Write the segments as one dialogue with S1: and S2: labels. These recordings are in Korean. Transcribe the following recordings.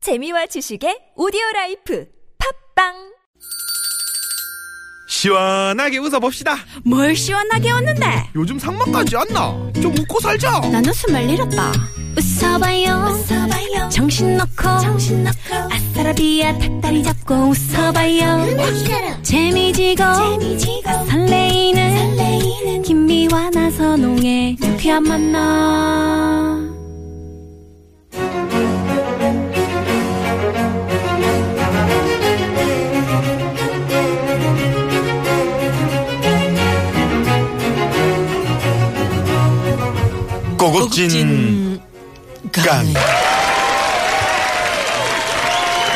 S1: 재미와 지식의 오디오 라이프 팝빵
S2: 시원하게 웃어봅시다.
S3: 뭘 시원하게 웃는데
S2: 요즘 상만까지 안 나. 좀 웃고 살자.
S3: 난 웃음을 잃었다 웃어봐요, 웃어봐요. 정신 놓고 아싸라비아 닭다리 잡고 웃어봐요 재미지고, 설레이는, 김미와 나서 농에 유쾌한 만나
S2: 고급진 깐.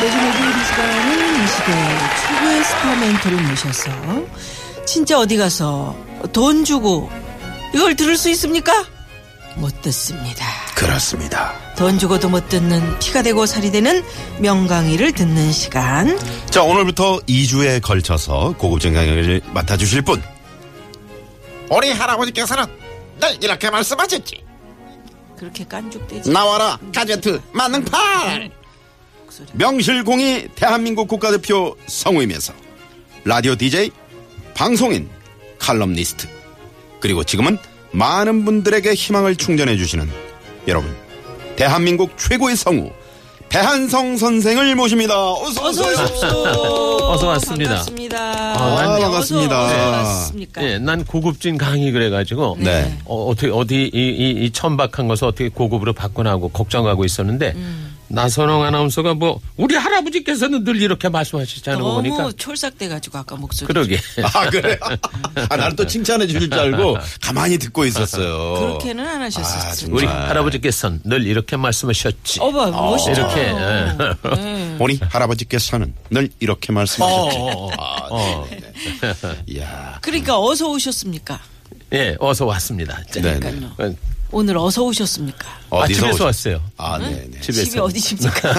S4: 매주 목요일 이 시간은 이 시대 최고의 스타 멘토를 모셔서 진짜 어디 가서 돈 주고 이걸 들을 수 있습니까? 못 듣습니다.
S2: 그렇습니다.
S4: 돈 주고도 못 듣는 피가 되고 살이 되는 명강의를 듣는 시간.
S2: 자, 오늘부터 2주에 걸쳐서 고급진 강의를 맡아주실 분.
S5: 우리 할아버지께서는 늘 이렇게 말씀하셨지.
S4: 그렇게 깐죽대지.
S5: 나와라 가제트 만능팔.
S4: 목소리.
S2: 명실공히 대한민국 국가대표 성우이면서 라디오 DJ, 방송인, 칼럼니스트. 그리고 지금은 많은 분들에게 희망을 충전해주시는 여러분, 대한민국 최고의 성우, 대한성 선생을 모십니다.
S4: 어서
S2: 어서오세요.
S4: 오십시오.
S6: 어서 왔습니다.
S4: 반갑습니다. 네,
S2: 아,
S6: 난-
S2: 반갑습니다.
S4: 반갑습니까?
S6: 예, 난 고급진 강의 그래가지고
S2: 네.
S6: 어, 어떻게 어디 이, 이, 이 천박한 것을 어떻게 고급으로 바꿔나고 걱정하고 있었는데
S4: 음.
S6: 나선홍 아나운서가 뭐 우리 할아버지께서는 늘 이렇게 말씀하시자는 거
S4: 너무
S6: 보니까
S4: 촐싹돼가지고 아까 목소리.
S6: 그러게
S2: 아 그래요? 아 나는 또 칭찬해 주실 줄 알고 가만히 듣고 있었어요.
S4: 그렇게는 안 하셨어요.
S2: 아, 정말.
S6: 우리 할아버지께서는 늘 이렇게 말씀하셨지. 네,
S4: 어머 멋있죠.
S6: 아, 이렇게, 예.
S2: 우리 할아버지께서는 늘 이렇게
S4: 어.
S6: 예.
S2: 말씀하셨죠. 아,
S6: 어.
S2: 네, 네. 이야.
S4: 그러니까 어서 오셨습니까?
S6: 예, 어서 왔습니다. 자,
S2: 네, 네.
S4: 그러니까요.
S6: 어,
S4: 오늘 어서 오셨습니까?
S2: 어디서
S6: 집에서
S2: 오셨-
S6: 왔어요.
S2: 아, 네, 네.
S6: 집에서.
S4: 집이 어디십니까?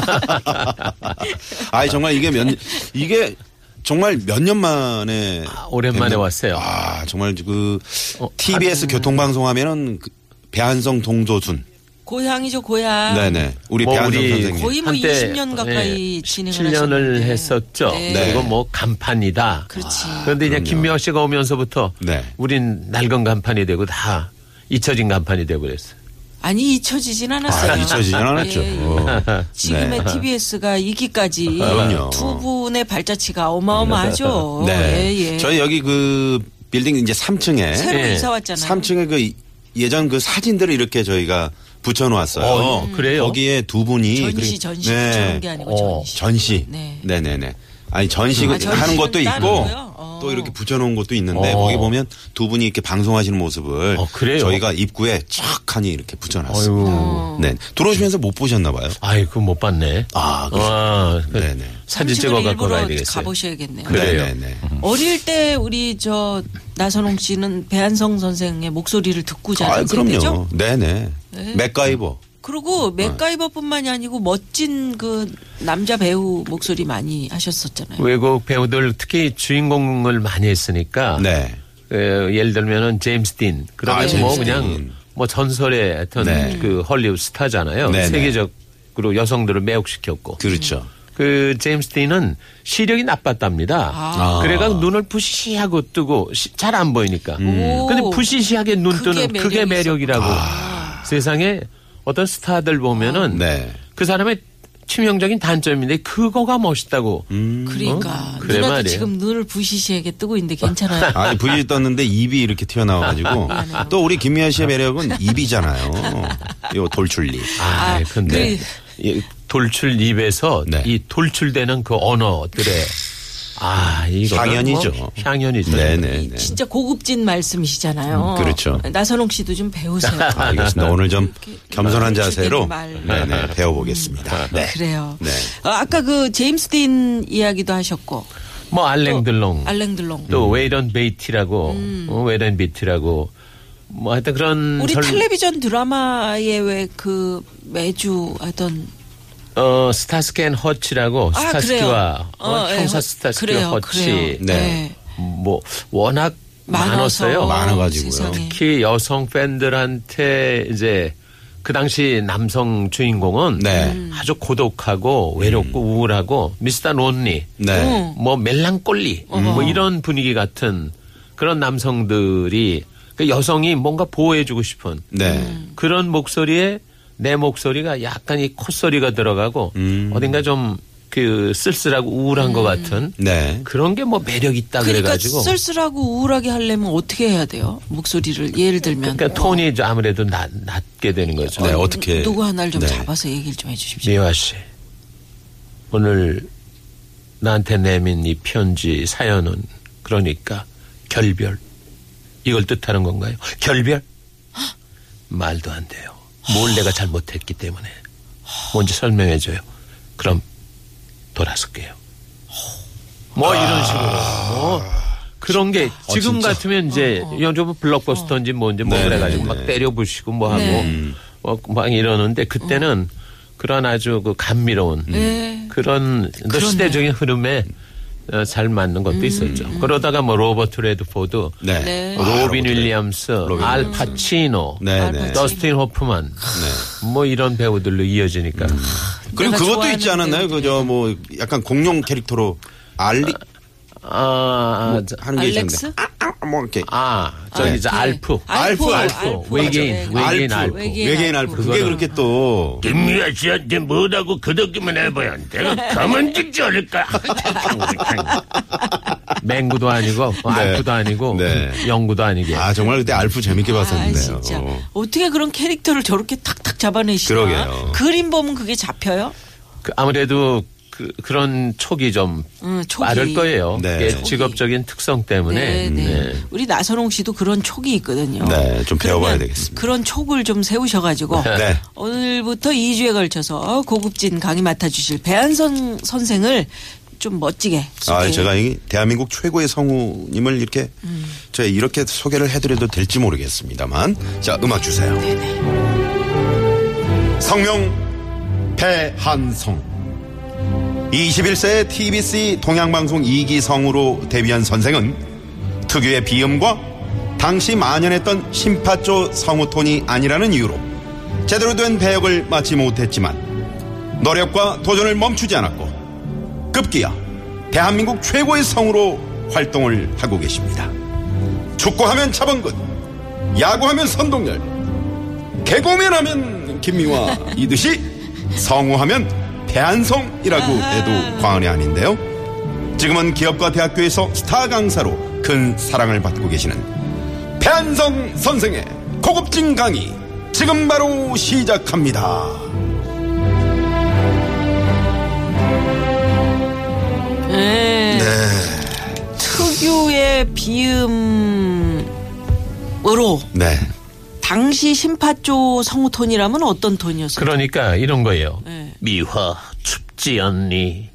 S2: 아, 정말 이게 몇 년- 이게 정말 몇 년 만에
S6: 아, 오랜만에
S2: 뵙는-
S6: 왔어요.
S2: 아, 정말 그
S6: 어,
S2: TBS 교통방송 하면은 그 배한성 동조순.
S4: 고향이죠 고향.
S2: 네, 네. 우리
S6: 뭐
S2: 배한성
S6: 우리
S2: 선생님.
S4: 아. 거의 뭐
S6: 한때, 네,
S4: 20년 가까이 진행을
S6: 17년을
S4: 하셨는데.
S6: 했었죠.
S4: 네.
S6: 그리고 뭐 간판이다. 아,
S4: 그렇지.
S6: 그런데 이제 김미화 씨가 오면서부터
S2: 네.
S6: 우린 낡은 간판이 되고 다 잊혀진 간판이 되고 그랬어.
S4: 아니 잊혀지진 않았어요.
S2: 아, 잊혀지진 않았죠.
S4: 예, 예.
S2: 어.
S4: 지금의
S2: 네.
S4: TBS가 이기까지
S2: 그럼요.
S4: 두 분의 발자취가 어마어마하죠.
S2: 네.
S4: 예, 예.
S2: 저희 여기 그 빌딩 이제 3층에
S4: 새로
S6: 예.
S4: 이사 왔잖아요.
S2: 3층에 그 이- 예전 그 사진들을 이렇게 저희가 붙여놓았어요.
S6: 어, 음. 그래요?
S2: 거기에 두 분이
S4: 전시
S2: 그리-
S4: 전시
S2: 네.
S4: 저런 게 아니고
S6: 어,
S4: 전시.
S2: 전시.
S4: 네.
S2: 네, 네, 네. 아니 전시
S4: 아, 전시는
S2: 하는 것도 있고
S4: 따로고요? 어.
S2: 또 이렇게 붙여놓은 것도 있는데
S6: 어.
S2: 거기 보면 두 분이 이렇게 방송하시는 모습을
S6: 어, 그래요?
S2: 저희가 입구에 촥하니 이렇게 붙여놨어요.
S6: 아유.
S2: 네, 들어오시면서 못 보셨나 봐요.
S6: 아이고 못 봤네.
S2: 아, 그래요?
S6: 아, 그
S2: 네네.
S6: 사진
S4: 3층을
S6: 찍어 갖고
S4: 일부러
S6: 가야 되겠어요.
S4: 가보셔야겠네요.
S6: 그래. 그래요.
S2: 네, 네, 네.
S4: 어릴 때 우리 저 나선홍 씨는 배한성 선생의 목소리를 듣고
S2: 아,
S4: 자란 세대죠.
S2: 그럼요. 네, 네. 맥가이버.
S4: 그리고 맥가이버뿐만이 아니고 멋진 그 남자 배우 목소리 많이 하셨었잖아요.
S6: 외국 배우들 특히 주인공을 많이 했으니까
S2: 네.
S6: 그, 예를 들면은 제임스 딘 그러면
S2: 아, 제임스
S6: 뭐
S2: 딘.
S6: 그냥 뭐 전설의 어떤
S2: 네.
S6: 그 헐리우드 스타잖아요.
S2: 네네.
S6: 세계적으로 여성들을 매혹시켰고
S2: 그렇죠.
S6: 그 제임스 딘은 시력이
S4: 아.
S6: 나빴답니다.
S2: 아.
S6: 그래가 눈을 부시시하고 뜨고 잘 안 보이니까.
S2: 음.
S4: 오.
S6: 근데 부시시하게 눈
S4: 그게
S6: 뜨는 그게
S4: 매력이
S6: 매력이라고. 세상에 어떤 스타들 보면은
S2: 아. 네.
S6: 그 사람의 치명적인 단점인데 그거가 멋있다고.
S2: 네.
S4: 그러니까
S6: 어? 그래
S4: 누나도
S6: 말이에요.
S4: 지금 눈을 부시시하게 뜨고 있는데 괜찮아요.
S2: 아니 부지 떴는데 입이 이렇게 튀어나와가지고 또 우리 김미아 씨의 매력은 입이잖아요. 요 돌출리.
S6: 아,
S4: 아,
S6: 근데
S4: 그-
S6: 이 돌출 입에서
S2: 네.
S6: 이 돌출되는 그 언어들의 아, 이거
S2: 향연이죠.
S6: 아, 향연이죠.
S2: 네네. 네.
S4: 진짜 고급진 말씀이시잖아요.
S2: 음, 그렇죠. 아.
S4: 나선홍 씨도 좀 배우세요.
S2: 알겠습니다. 오늘 좀 겸손한 자세로
S4: 말.
S2: 네네
S6: 아,
S2: 배워보겠습니다. 네.
S4: 그래요.
S2: 네.
S4: 어, 아까 그 제임스 딘 이야기도 하셨고
S6: 뭐 알랭들롱.
S4: 알랭들롱.
S6: 또 웨이런 베이티라고 어, 웨이런 베이티라고 뭐 하여튼 그런
S4: 음. 우리
S6: 설-
S4: 텔레비전 드라마에 왜 그 매주 하던
S6: 어 스타스캔 허치라고
S4: 아
S6: 스타스키와
S4: 그래요.
S6: 어, 형사
S4: 예,
S6: 스타스키와
S4: 그래요,
S6: 허치
S4: 그래요.
S2: 네.
S6: 뭐 워낙
S4: 많아서
S6: 많았어요
S4: 네.
S2: 많아가지고요.
S4: 세상에.
S6: 특히 여성 팬들한테 이제 그 당시 남성 주인공은
S2: 네. 음.
S6: 아주 고독하고 외롭고
S4: 음.
S6: 우울하고 미스터 론리
S2: 네.
S4: 어.
S6: 뭐 멜랑꼴리
S4: 음.
S6: 뭐 이런 분위기 같은 그런 남성들이 그 여성이 뭔가 보호해주고 싶은
S2: 네.
S4: 음.
S6: 그런 목소리에 내 목소리가 약간 이 콧소리가 들어가고
S4: 음.
S6: 어딘가 좀 그 쓸쓸하고 우울한 것 같은
S2: 네.
S6: 그런 게 뭐 매력 있다 그
S4: 그러니까
S6: 래가지고
S4: 쓸쓸하고 우울하게 하려면 어떻게 해야 돼요? 목소리를 예를 들면
S6: 그러니까 톤이 이제 아무래도 낮, 낮게 되는 거죠.
S2: 네, 어떻게.
S4: 누구 하나를 좀
S2: 네.
S4: 잡아서 얘기를 좀 해주십시오.
S6: 미화 씨, 오늘 나한테 내민 이 편지 사연은 그러니까 결별 이걸 뜻하는 건가요? 결별? 말도 안 돼요. 뭘 내가 잘못했기 때문에 뭔지 설명해줘요. 그럼 돌아설게요. 뭐 이런 식으로 뭐 그런 게 지금
S2: 아. 진짜.
S6: 같으면 이제 이런 좀 블록버스터인지 뭔지 뭐
S2: 네,
S6: 그래가지고
S2: 네,
S6: 막
S2: 네.
S6: 때려 부시고 뭐 하고 어, 막 이러는데 그때는 그런 아주 그 감미로운
S4: 네.
S6: 그런 또 시대적인 흐름에 어, 잘 맞는 것도 있었죠. 그러다가 뭐 로버트 레드포드,
S2: 네.
S4: 네.
S2: 아,
S6: 로빈 윌리엄스, 알 파치노,
S2: 네, 네.
S6: 더스틴 호프만 뭐 이런 배우들로 이어지니까
S2: 그리고
S4: 내가
S2: 그것도
S4: 좋아하는 네.
S2: 있지 않았나요? 그저 뭐 약간 공룡 캐릭터로 알리
S6: 아, 저-
S2: 하는 게
S4: 알렉스?
S2: 있었는데. 아, 아, 뭐 이렇게.
S6: 아 저기 이제
S4: 네.
S6: 알프.
S2: 알프, 알프.
S6: 외계인,
S4: 맞아.
S6: 외계인
S2: 알프.
S6: 알프.
S4: 외계인
S2: 외계인
S4: 예, 알프.
S2: 알프. 그게 그렇게 또.
S7: 김미아 씨한테 뭐라고 그덕기만 해봐야 내가 가만 두지 않을까.
S6: 맹구도 아니고 뭐
S2: 네.
S6: 알프도 아니고
S2: 네.
S6: 영구도 아니게
S2: 아, 정말 그때 알프 재밌게
S4: 아,
S2: 봤었는데요.
S4: 진짜. 어떻게 그런 캐릭터를 저렇게 탁탁 잡아내시나?
S2: 그러게요.
S4: 그림 보면 그게 잡혀요?
S6: 그 아무래도 그, 런 촉이 좀
S4: 음, 촉이.
S6: 빠를 거예요.
S2: 네.
S6: 그게
S2: 촉이.
S6: 직업적인 특성
S4: 네,
S6: 때문에
S4: 네.
S6: 네.
S4: 우리 나선홍 씨도 그런 촉이 있거든요.
S2: 네, 좀 배워봐야
S4: 그러면
S2: 되겠습니다.
S4: 그런 촉을 좀 세우셔가지고
S2: 네.
S4: 오늘부터 2주에 걸쳐서 고급진 강의 맡아주실 배한선 선생을 좀 멋지게.
S2: 아,
S4: 소개해
S2: 제가 이 대한민국 최고의 성우님을 이렇게 제가 이렇게 소개를 해드려도 될지 모르겠습니다만, 자 음악 주세요. 성명 배한성. 21세 TBC 동양방송 2기 성우로 데뷔한 선생은 특유의 비음과 당시 만연했던 심파조 성우톤이 아니라는 이유로 제대로 된 배역을 맡지 못했지만 노력과 도전을 멈추지 않았고 급기야 대한민국 최고의 성으로 활동을 하고 계십니다. 축구하면 차범근, 야구하면 선동열, 개그맨 하면 김미화 이듯이 성우하면 배한성이라고 해도 과언이 아닌데요. 지금은 기업과 대학교에서 스타 강사로 큰 사랑을 받고 계시는 배한성 선생의 고급진 강의 지금 바로 시작합니다.
S4: 네. 특유의 비음으로
S2: 네.
S4: 당시 심파조 성우톤이라면 어떤 톤이었어요?
S6: 그러니까 이런 거예요.
S4: 네. 아.
S6: 미화 춥지 않니?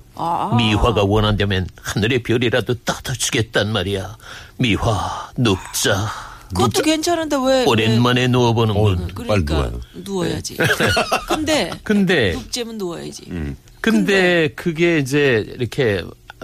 S6: 미화가 원한다면 하늘의 별이라도 따다주겠단 말이야. 미화 눕자.
S4: 그것도 괜찮은데 왜? 네.
S6: 오랜만에 누워보는군.
S4: 왜-
S2: 빨리
S4: 그러니까
S2: 누워요. 네.
S4: 누워야지. 근데
S6: 어, 근데
S4: 눕지면 누워야지.
S2: 음.
S6: 근데 그게 이제 이렇게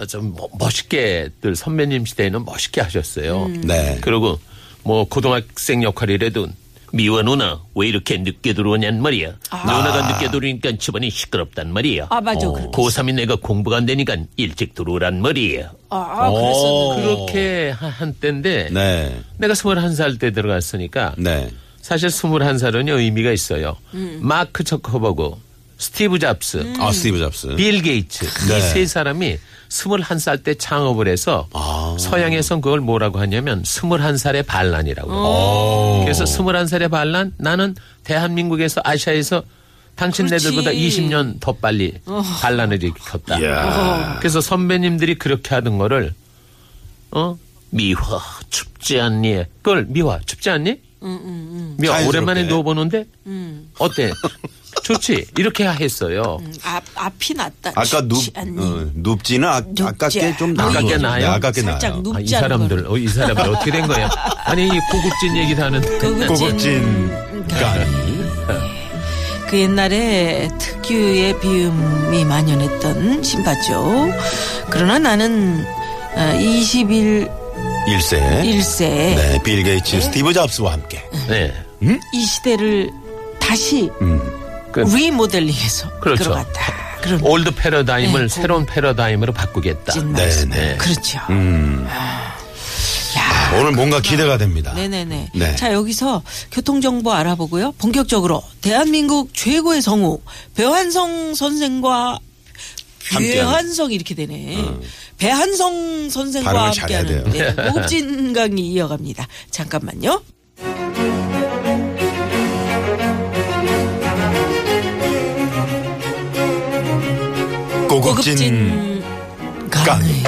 S6: 좀 뭐- 멋있게들 선배님 시대에는 멋있게 하셨어요.
S4: 음.
S2: 네.
S6: 그리고 뭐 고등학생 역할이라도 미워 누나 왜 이렇게 늦게 들어오냔 말이야. 누나가 늦게 들어오니까 집안이 시끄럽단 말이야.
S4: 아 맞아.
S6: 어.
S4: 그렇게
S7: 고3인 내가 공부가 안 되니까 일찍 들어오란 말이야.
S4: 아, 아 그랬었는데.
S6: 그렇게 하- 한때인데
S2: 어. 네.
S6: 내가 21살 때 들어갔으니까
S2: 네.
S6: 사실 21살은요 의미가 있어요.
S4: 음.
S6: 마크 저커버그, 스티브 잡스,
S2: 아, 스티브 잡스.
S6: 빌 게이츠
S2: 네.
S6: 이 세 사람이 21살 때 창업을 해서
S2: 아.
S6: 서양에선 그걸 뭐라고 하냐면 21살의 반란이라고 해요. 그래서 21살의 반란 나는 대한민국에서 아시아에서 당신네들보다
S4: 그렇지. 어.
S6: 20년 더 빨리 반란을 일으켰다.
S2: 이야.
S6: 그래서 선배님들이 그렇게 하던 거를 어 미화 춥지 않니? 그걸 미화 춥지 않니?
S4: 음,
S6: 미화
S2: 자연스럽게.
S6: 오랜만에 누워보는데 어때? 좋지 이렇게 했어요.
S4: 앞 앞이 났다.
S2: 아까 눕,
S4: 쉽지 않니?
S2: 어, 눕지는 아,
S4: 눕지.
S2: 아깝게 좀 나은
S6: 아깝게
S2: 것 같아요.
S6: 나아요?
S2: 네, 아깝게 나요.
S4: 살짝 눕-
S6: 아, 이
S4: 눕지 않은
S6: 사람들, 어, 이 사람들 어떻게 된 거야? 아니, 이 고급진 얘기도 하는데.
S2: 고급진 간이.
S4: 그 옛날에 특유의 비음이 만연했던 심파조. 그러나 나는 어, 21세
S2: 일세.
S4: 에 네.
S2: 네, 빌 게이츠, 스티브 잡스와 함께.
S6: 네.
S4: 이 시대를 다시
S6: 그
S4: 리모델링해서
S6: 그렇죠.
S4: 들어갔다. 그런
S6: 올드 패러다임을
S4: 네,
S6: 새로운 패러다임으로 바꾸겠다.
S4: 멋진
S6: 네.
S4: 말씀.
S6: 네.
S4: 그렇죠.
S2: 아, 오늘 뭔가 기대가 됩니다.
S4: 네네네.
S2: 네.
S4: 자 여기서 교통정보 알아보고요. 본격적으로 대한민국 최고의 성우 배환성 선생과
S2: 함께하는. 어.
S4: 배한성 이렇게 되네. 배한성 선생과
S2: 발음을 잘해야
S4: 함께하는 네, 고급진 강의 이어갑니다. 잠깐만요.
S2: 고급진, 강의.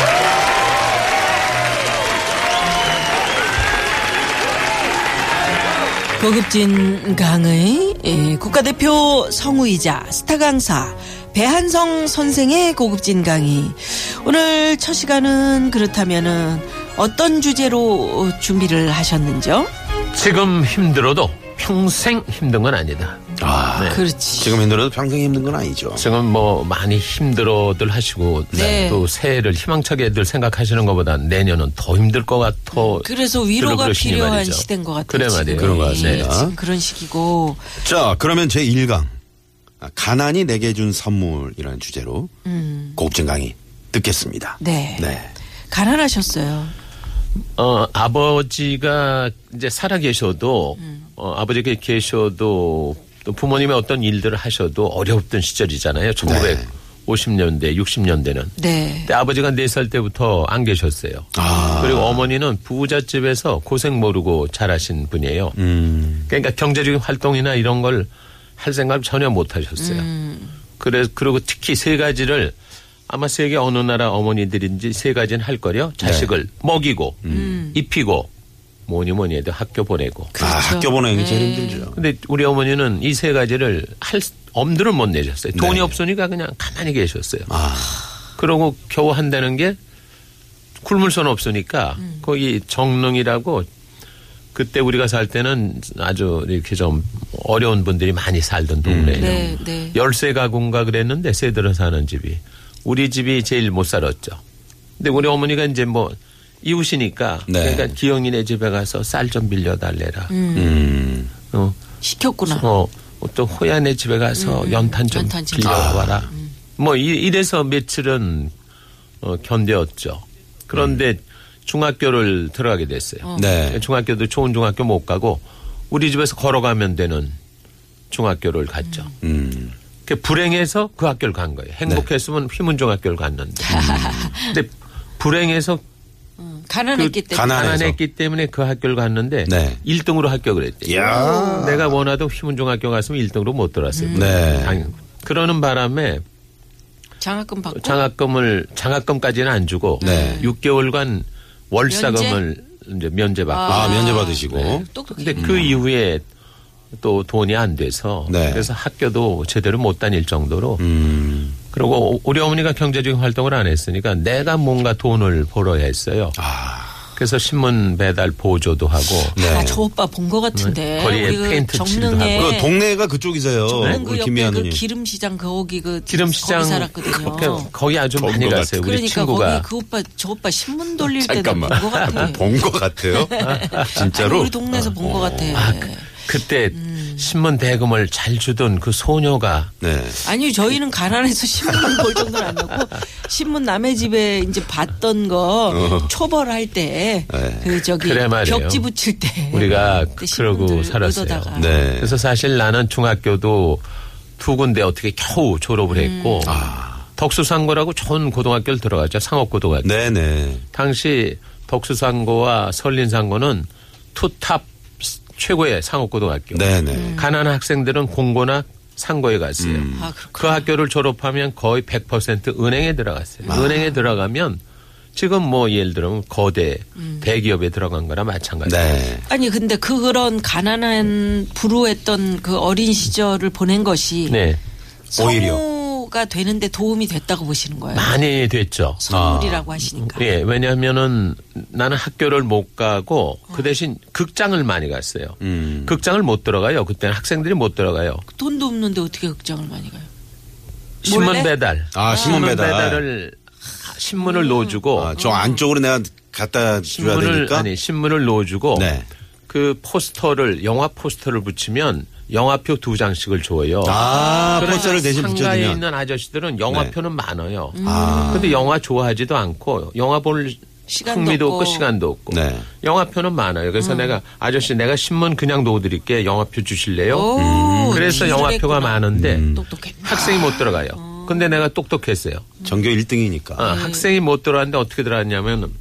S4: 고급진 강의 예, 국가대표 성우이자 스타 강사 배한성 선생의 고급진 강의 오늘 첫 시간은 그렇다면은 어떤 주제로 준비를 하셨는지요?
S6: 지금 힘들어도 평생 힘든 건 아니다.
S2: 아,
S6: 네.
S4: 그렇지.
S2: 지금 힘들어도 평생 힘든 건 아니죠.
S6: 지금 뭐 많이 힘들어들 하시고
S4: 네.
S6: 또 새해를 희망차게들 생각하시는 것보다 내년은 더 힘들 것 같아.
S4: 그래서 위로가
S6: 그러시니
S4: 필요한
S6: 말이죠.
S4: 시대인 것 같아요.
S6: 그래
S4: 지금.
S6: 말이에요.
S2: 그런 것
S4: 예,
S2: 같습니다.
S4: 지금 그런 시기고
S2: 자, 그러면 제 1강. 아, 가난이 내게 준 선물이라는 주제로 고급진 강의 듣겠습니다.
S4: 음.
S2: 아,
S4: 네. 가난하셨어요.
S6: 어, 아버지가 이제 살아 계셔도, 어, 아버지가 계셔도, 또 부모님의 어떤 일들을 하셔도 어려웠던 시절이잖아요. 1950년대, 60년대는.
S4: 네.
S6: 근데 아버지가 4살 때부터 안 계셨어요.
S2: 아.
S6: 그리고 어머니는 부잣집에서 고생 모르고 자라신 분이에요. 그러니까 경제적인 활동이나 이런 걸 할 생각 전혀 못 하셨어요. 그래, 그리고 특히 세 가지를 아마 세계 어느 나라 어머니들인지 세 가지는 할 거려. 자식을 먹이고, 입히고, 뭐니 뭐니 해도 학교 보내고.
S2: 아, 학교 보내는 게 제일
S4: 그렇죠. 네.
S2: 힘들죠.
S6: 근데 우리 어머니는 이 세 가지를 할 수- 엄두를 못 내셨어요. 돈이
S2: 네.
S6: 없으니까 그냥 가만히 계셨어요.
S2: 아.
S6: 그러고 겨우 한다는 게 굶을 수는 없으니까 거기 정릉이라고 그때 우리가 살 때는 아주 이렇게 좀 어려운 분들이 많이 살던
S2: 음.
S6: 동네예요.
S4: 네, 네.
S6: 열세 가구인가 그랬는데 세 들어 사는 집이 우리 집이 제일 못 살았죠. 근데 우리 어머니가 이제 뭐 이웃이니까
S2: 네.
S6: 그러니까 기영이네 집에 가서 쌀 좀 빌려 달래라.
S2: 음.
S6: 어,
S4: 시켰구나.
S6: 어, 또 호야네 집에 가서 연탄 좀
S4: 연탄 좀
S6: 빌려와라. 뭐 이- 이래서 며칠은 어, 견뎌왔죠. 그런데 중학교를 들어가게 됐어요.
S2: 음. 네.
S6: 중학교도 좋은 중학교 못 가고 우리 집에서 걸어가면 되는 중학교를 갔죠.
S2: 음.
S6: 그 불행해서 그 학교를 간 거예요.
S2: 네.
S6: 행복했으면 휘문 중학교를 갔는데. 근데 불행해서
S4: 음, 가난했기 때문에.
S2: 가난해서.
S6: 가난했기 때문에 그 학교를 갔는데
S2: 네.
S6: 일 1등으로 합격을 했대요.
S2: 야.
S6: 내가 원하던 휘문중학교 갔으면 1등으로 못 들어왔어요.
S2: 네.
S6: 아니, 그러는 바람에
S4: 장학금 받고
S6: 장학금을 장학금까지는 안 주고
S2: 네.
S6: 6개월간 월사금을 이제 면제받고.
S2: 아, 면제 받으시고.
S4: 네, 똑똑해.
S6: 근데 그 이후에 또 돈이 안 돼서
S2: 음. 네. 음.
S6: 그래서 학교도 제대로 못 다닐 정도로 그리고 우리 어머니가 경제적인 활동을 안 했으니까 내가 뭔가 돈을 벌어야 했어요.
S2: 아.
S6: 그래서 신문 배달 보조도 하고
S4: 아, 저 오빠 본 것 같은데.
S6: 거리에
S4: 우리 그
S6: 페인트 칠도
S4: 정릉에
S2: 그 동네가 그쪽이세요.
S4: 정릉 그
S2: 우리
S4: 옆에
S2: 김미아
S4: 그
S2: 누님.
S4: 기름시장 거기 그 거기
S6: 기름시장
S4: 살았거든요. 어.
S6: 거- 거기 아주 많이 갔어요. 우리
S4: 그러니까
S6: 친구가
S4: 거기 그 오빠 저 오빠 신문 돌릴 때도
S2: 잠깐만.
S4: 본
S2: 뭐
S4: 것 같아.
S6: 네.
S2: 본 것 같아요.
S4: 아니,
S2: 진짜로.
S4: 우리 동네에서 본 것 같아.
S6: 그때
S4: 음.
S6: 신문 대금을 잘 주던 그 소녀가
S2: 네.
S4: 아니 저희는 가난해서 신문 볼 정도는 안 넣고 신문 남의 집에 이제 봤던 거
S2: 어.
S4: 초벌할 때
S2: 네.
S4: 그 저기
S6: 그래 말이에요.
S4: 벽지 붙일 때
S6: 우리가
S4: 네. 그때
S6: 그러고
S4: 신문들
S6: 살았어요.
S4: 뜯어다가.
S2: 네.
S6: 그래서 사실 나는 중학교도 두 군데 어떻게 겨우
S4: 음.
S6: 졸업을 했고
S4: 아.
S6: 덕수상고라고 좋은 고등학교를 들어갔죠. 상업고등학교.
S2: 네네.
S6: 당시 덕수상고와 설린상고는 투탑 최고의 상업고등학교.
S2: 네네.
S4: 음.
S6: 가난한 학생들은 공고나 상고에 갔어요.
S4: 아, 그렇구나.
S6: 그 학교를 졸업하면 거의 100% 은행에 들어갔어요.
S2: 아.
S6: 은행에 들어가면 지금 뭐 예를 들면 거대 대기업에 들어간 거나 마찬가지예요.
S2: 네.
S4: 아니 근데 그 그런 가난한 불우했던 그 어린 시절을 보낸 것이
S6: 네.
S2: 오히려.
S4: 성우가 되는데 도움이 됐다고 보시는 거예요.
S6: 많이 됐죠.
S4: 성우라고 하시니까.
S6: 예, 왜냐하면은 나는 학교를 못 가고 그 대신 극장을 많이 갔어요.
S2: 음.
S6: 극장을 못 들어가요. 그때는 학생들이 못 들어가요.
S4: 돈도 없는데 어떻게 극장을 많이 가요?
S6: 신문
S4: 몰래?
S6: 배달.
S2: 아, 신문 배달.
S6: 을 신문을 넣어주고
S2: 아, 저 안쪽으로 내가 갖다 줘야
S6: 신문을
S2: 되니까.
S6: 아니 신문을 넣어주고
S2: 네.
S6: 그 포스터를 영화 포스터를 붙이면 영화표 두 장씩을 줘요.
S2: 아,
S6: 그래서
S2: 포스를 대신
S6: 상가에
S2: 붙여주면. 네.
S6: 있는 아저씨들은 영화표는 많아요.
S4: 음.
S2: 아.
S6: 근데 영화 좋아하지도 않고 영화 볼
S4: 시간도
S6: 흥미도 없고,
S4: 없고. 음.
S6: 시간도 없고
S2: 네.
S6: 영화표는 많아요. 그래서 내가 아저씨 내가 신문 그냥 넣어드릴게 영화표 주실래요?
S4: 오,
S6: 음,
S4: 음.
S6: 그래서
S4: 이해를
S6: 영화표가
S4: 했구나.
S6: 많은데
S2: 음.
S4: 똑똑해.
S6: 학생이 못 들어가요. 근데 내가 똑똑했어요.
S2: 전교 1등이니까.
S6: 어, 학생이 못 들어왔는데 어떻게 들어왔냐면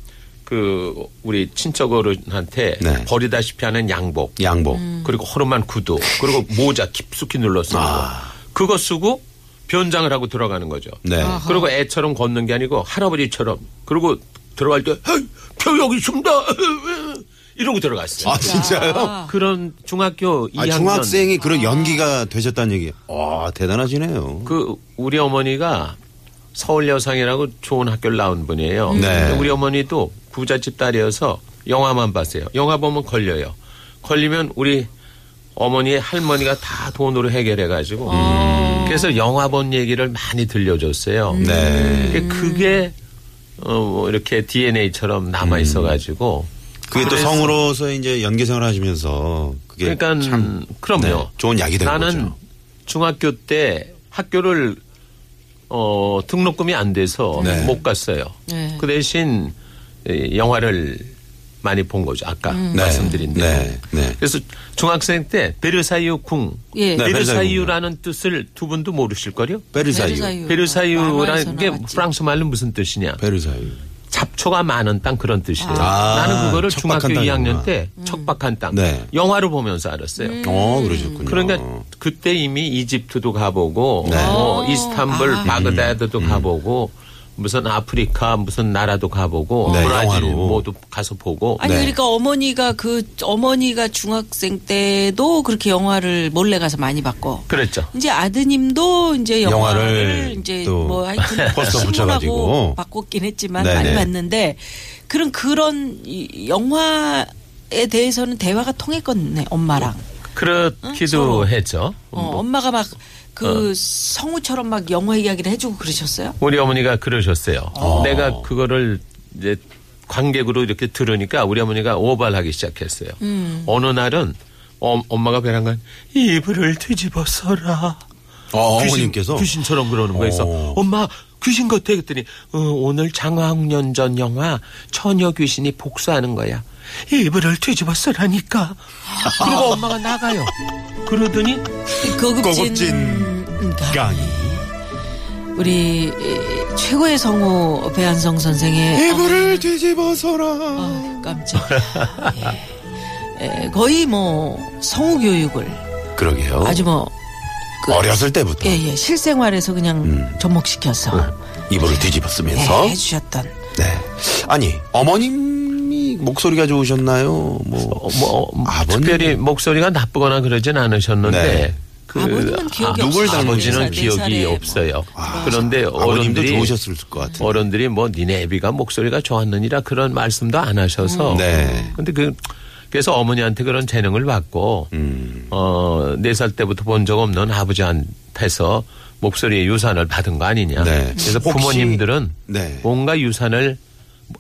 S6: 그 우리 친척어른한테
S2: 네.
S6: 버리다시피 하는 양복
S2: 양복.
S6: 그리고 허름한 구두 그리고 모자 깊숙이 눌러서 그거 쓰고 변장을 하고 들어가는 거죠.
S2: 아. 네.
S6: 그리고 애처럼 걷는 게 아니고 할아버지처럼 그리고 들어갈 때 헤이 표 여기 있습니다 이러고 들어갔어요.
S2: 아, 진짜요?
S6: 그런 중학교
S2: 아,
S6: 2학년 아.
S2: 중학생이 그런 연기가 되셨다는 얘기. 와, 대단하시네요.
S6: 그 우리 어머니가 서울 여상이라고 좋은 학교를 나온 분이에요.
S2: 네.
S6: 근데 우리 어머니도 부잣집 딸이어서 영화만 봤어요. 영화 보면 걸려요. 걸리면 우리 어머니 할머니가 다 돈으로 해결해 가지고 그래서 영화 본 얘기를 많이 들려줬어요.
S2: 음. 네.
S6: 그게 그게 어, 뭐 이렇게 DNA처럼 남아 있어 가지고
S2: 그게 또 성으로서 이제 연기생활 하시면서 그게
S6: 그러니까
S2: 예, 참
S6: 그럼요.
S2: 네, 좋은 약이 되는
S6: 나는
S2: 거죠.
S6: 중학교 때 학교를 어, 등록금이 안 돼서
S2: 네.
S6: 못 갔어요.
S4: 네.
S6: 그 대신 이, 영화를 많이 본 거죠. 아까
S4: 음.
S2: 네.
S6: 말씀드린 대로.
S2: 네. 네.
S6: 그래서 중학생 때 베르사유 궁
S4: 예.
S2: 네,
S6: 베르사유라는 뜻을 두 분도 모르실 거요.
S2: 베르사유.
S6: 베르사유라는 게
S4: 만화에서
S6: 프랑스 말로 무슨 뜻이냐?
S2: 베르사유.
S6: 잡초가 많은 땅 그런 뜻이에요.
S2: 아.
S6: 나는 그거를
S2: 척박한
S6: 중학교 2학년
S2: 땅이구나.
S6: 때
S4: 음.
S6: 척박한 땅
S2: 네.
S6: 영화로 보면서 알았어요.
S2: 어, 그러셨군요.
S6: 그러니까 그때 이미 이집트도 가보고
S2: 네.
S4: 아.
S2: 음.
S6: 뭐 이스탄불 바그다드도 가보고 무슨 아프리카 무슨 나라도 가보고
S2: 네,
S6: 브라질
S2: 영화로.
S6: 모두 가서 보고
S4: 아니
S2: 네.
S4: 그러니까 어머니가 그 어머니가 중학생 때도 그렇게 영화를 몰래 가서 많이 봤고
S6: 그랬죠.
S4: 이제 아드님도 이제 영화를,
S2: 영화를
S4: 이제
S2: 또
S4: 뭐 하여튼
S2: 포스터
S4: 신문하고
S2: 붙여가지고.
S4: 바꿨긴 했지만
S2: 네네.
S4: 많이 봤는데 그런 그런 이 영화에 대해서는 대화가 통했겠네 엄마랑
S6: 그렇기도 했죠.
S4: 음, 어, 엄마가 막 그
S2: 어.
S4: 성우처럼 막 영화 이야기를 해주고 그러셨어요?
S6: 우리 어머니가 그러셨어요. 내가 그거를 이제 관객으로 이렇게 들으니까 우리 어머니가 오발하기 시작했어요.
S4: 음.
S6: 어느 날은 어, 엄마가 베란간 이불을 뒤집어 써라.
S2: 어,
S6: 귀신,
S2: 어머님께서
S6: 귀신처럼 그러는 거예요. 그래서
S2: 어.
S6: 엄마 귀신 같아 그랬더니 어, 오늘 장학년 전 영화 처녀 귀신이 복수하는 거야. 이불을 뒤집어 쓰라니까. 그리고 엄마가 나가요. 그러더니
S2: 고급진 강의.
S4: 그러니까 우리 이, 최고의 성우 배한성 선생의
S2: 이불을 뒤집어서라.
S4: 아, 깜짝이야. 예. 에, 거의 뭐 성우 교육을
S2: 그러게요.
S4: 아주 뭐 그-
S2: 어렸을 때부터
S4: 예, 예, 실생활에서 그냥
S2: 음. 네.
S4: 접목시켜서
S2: 이불을
S4: 예,
S2: 뒤집어쓰면서
S4: 해주셨던
S2: 네. 아니 어머님이 목소리가 좋으셨나요? 뭐,
S6: 어, 뭐 어,
S2: 아버님.
S6: 특별히 목소리가 나쁘거나 그러진 않으셨는데
S2: 네.
S6: 그
S4: 아버님은 기억이
S6: 아,
S4: 없어요.
S6: 아버지는
S4: 네 살, 네 살에
S6: 기억이
S4: 뭐
S6: 없어요.
S2: 아,
S6: 그런데
S2: 아버님도
S6: 어른들이
S2: 좋으셨을 것 같아요.
S6: 어른들이 뭐 니네 애비가 목소리가 좋았느니라 그런 말씀도 안 하셔서.
S2: 음. 네.
S6: 근데 그 그래서 어머니한테 그런 재능을 받고
S2: 음.
S6: 어, 네 살 때부터 본 적 없는 아버지한테서 목소리의 유산을 받은 거 아니냐.
S2: 네.
S6: 그래서
S2: 혹시-
S6: 부모님들은
S2: 네.
S6: 뭔가 유산을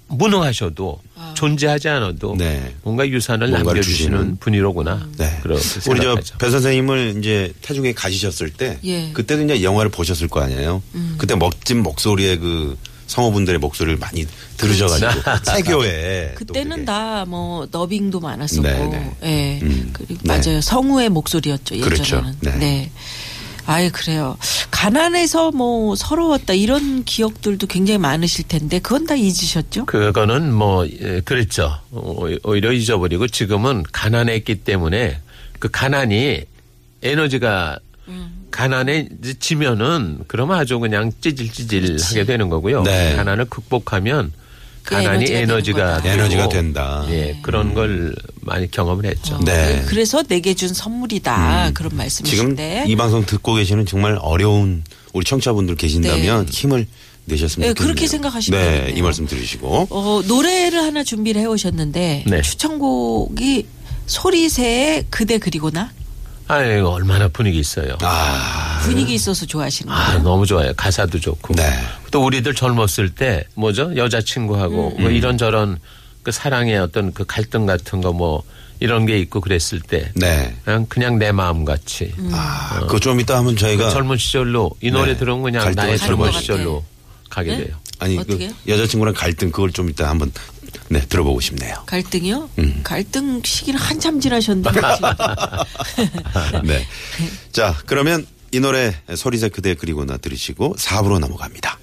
S6: 무능하셔도 존재하지 않아도
S2: 네.
S6: 뭔가 유산을
S2: 뭔가를
S6: 남겨주시는
S2: 주시는.
S6: 분이로구나.
S2: 네.
S6: 그렇게
S2: 우리
S6: 생각하죠.
S2: 저 배 선생님을 이제 태중에 가지셨을 때
S4: 예. 음.
S2: 그때도 이제 영화를 보셨을 거 아니에요. 그때 멋진 목소리의 그 성우분들의 목소리를 많이 들으셔가지고 세교에
S4: 그때는 다 뭐 더빙도 많았었고,
S2: 네,
S4: 예,
S2: 음.
S4: 그리고
S2: 네.
S4: 맞아요 성우의 목소리였죠 예전에는.
S2: 그렇죠. 네.
S4: 아예 그래요. 가난해서 뭐 서러웠다 이런 기억들도 굉장히 많으실 텐데 그건 다 잊으셨죠?
S6: 그거는 뭐 예, 그랬죠. 어, 오히려 잊어버리고 지금은 가난했기 때문에 그 가난이 에너지가
S4: 음.
S6: 가난에 이제 지면은 그러면 아주 그냥 찌질찌질하게 되는 거고요.
S2: 네.
S6: 가난을 극복하면
S4: 그 에너지가
S6: 가난이
S4: 되는
S6: 에너지가,
S4: 거다. 네.
S6: 되고,
S2: 에너지가 된다.
S6: 예, 그런 걸 많이 경험을 했죠.
S4: 음.
S2: 네. 음.
S4: 그래서 내게 준 선물이다 그런
S2: 지금
S4: 말씀이신데.
S2: 이 방송 듣고 계시는 정말 어려운 우리 청취자분들 계신다면 힘을 내셨으면
S4: 네,
S2: 좋겠네요.
S4: 그렇게 생각하시면
S2: 네,
S4: 되겠네요.
S2: 이 말씀 들으시고
S4: 어, 노래를 하나 준비를 해오셨는데
S6: 네.
S4: 추천곡이 소리새의 그대 그리고 나
S6: 아이고 얼마나 분위기 있어요.
S2: 아,
S4: 분위기 있어서 좋아하시는 거예요.
S6: 아, 너무 좋아요. 가사도 좋고.
S2: 네.
S6: 또 우리들 젊었을 때 뭐죠? 여자친구하고 뭐 이런저런 그 사랑의 어떤 그 갈등 같은 거 뭐 이런 게 있고 그랬을 때
S2: 네.
S6: 그냥 그냥 내 마음 같이
S2: 아, 그거 좀 이따 하면 저희가
S6: 젊은 시절로 이 노래
S2: 네.
S6: 들은 거 그냥
S2: 갈등을
S6: 나의
S2: 가는
S6: 젊은
S4: 것 같아.
S6: 시절로 가게
S4: 네?
S6: 돼요.
S2: 아니
S4: 어떻게요?
S2: 그 여자친구랑 갈등 그걸 좀 이따 한번 네 들어보고 싶네요.
S4: 갈등이요? 갈등 시기는 한참 지나셨는데. 네.
S2: 네. 자 그러면 이 노래 소리새 그대 그리고 나 들으시고 4부로 넘어갑니다.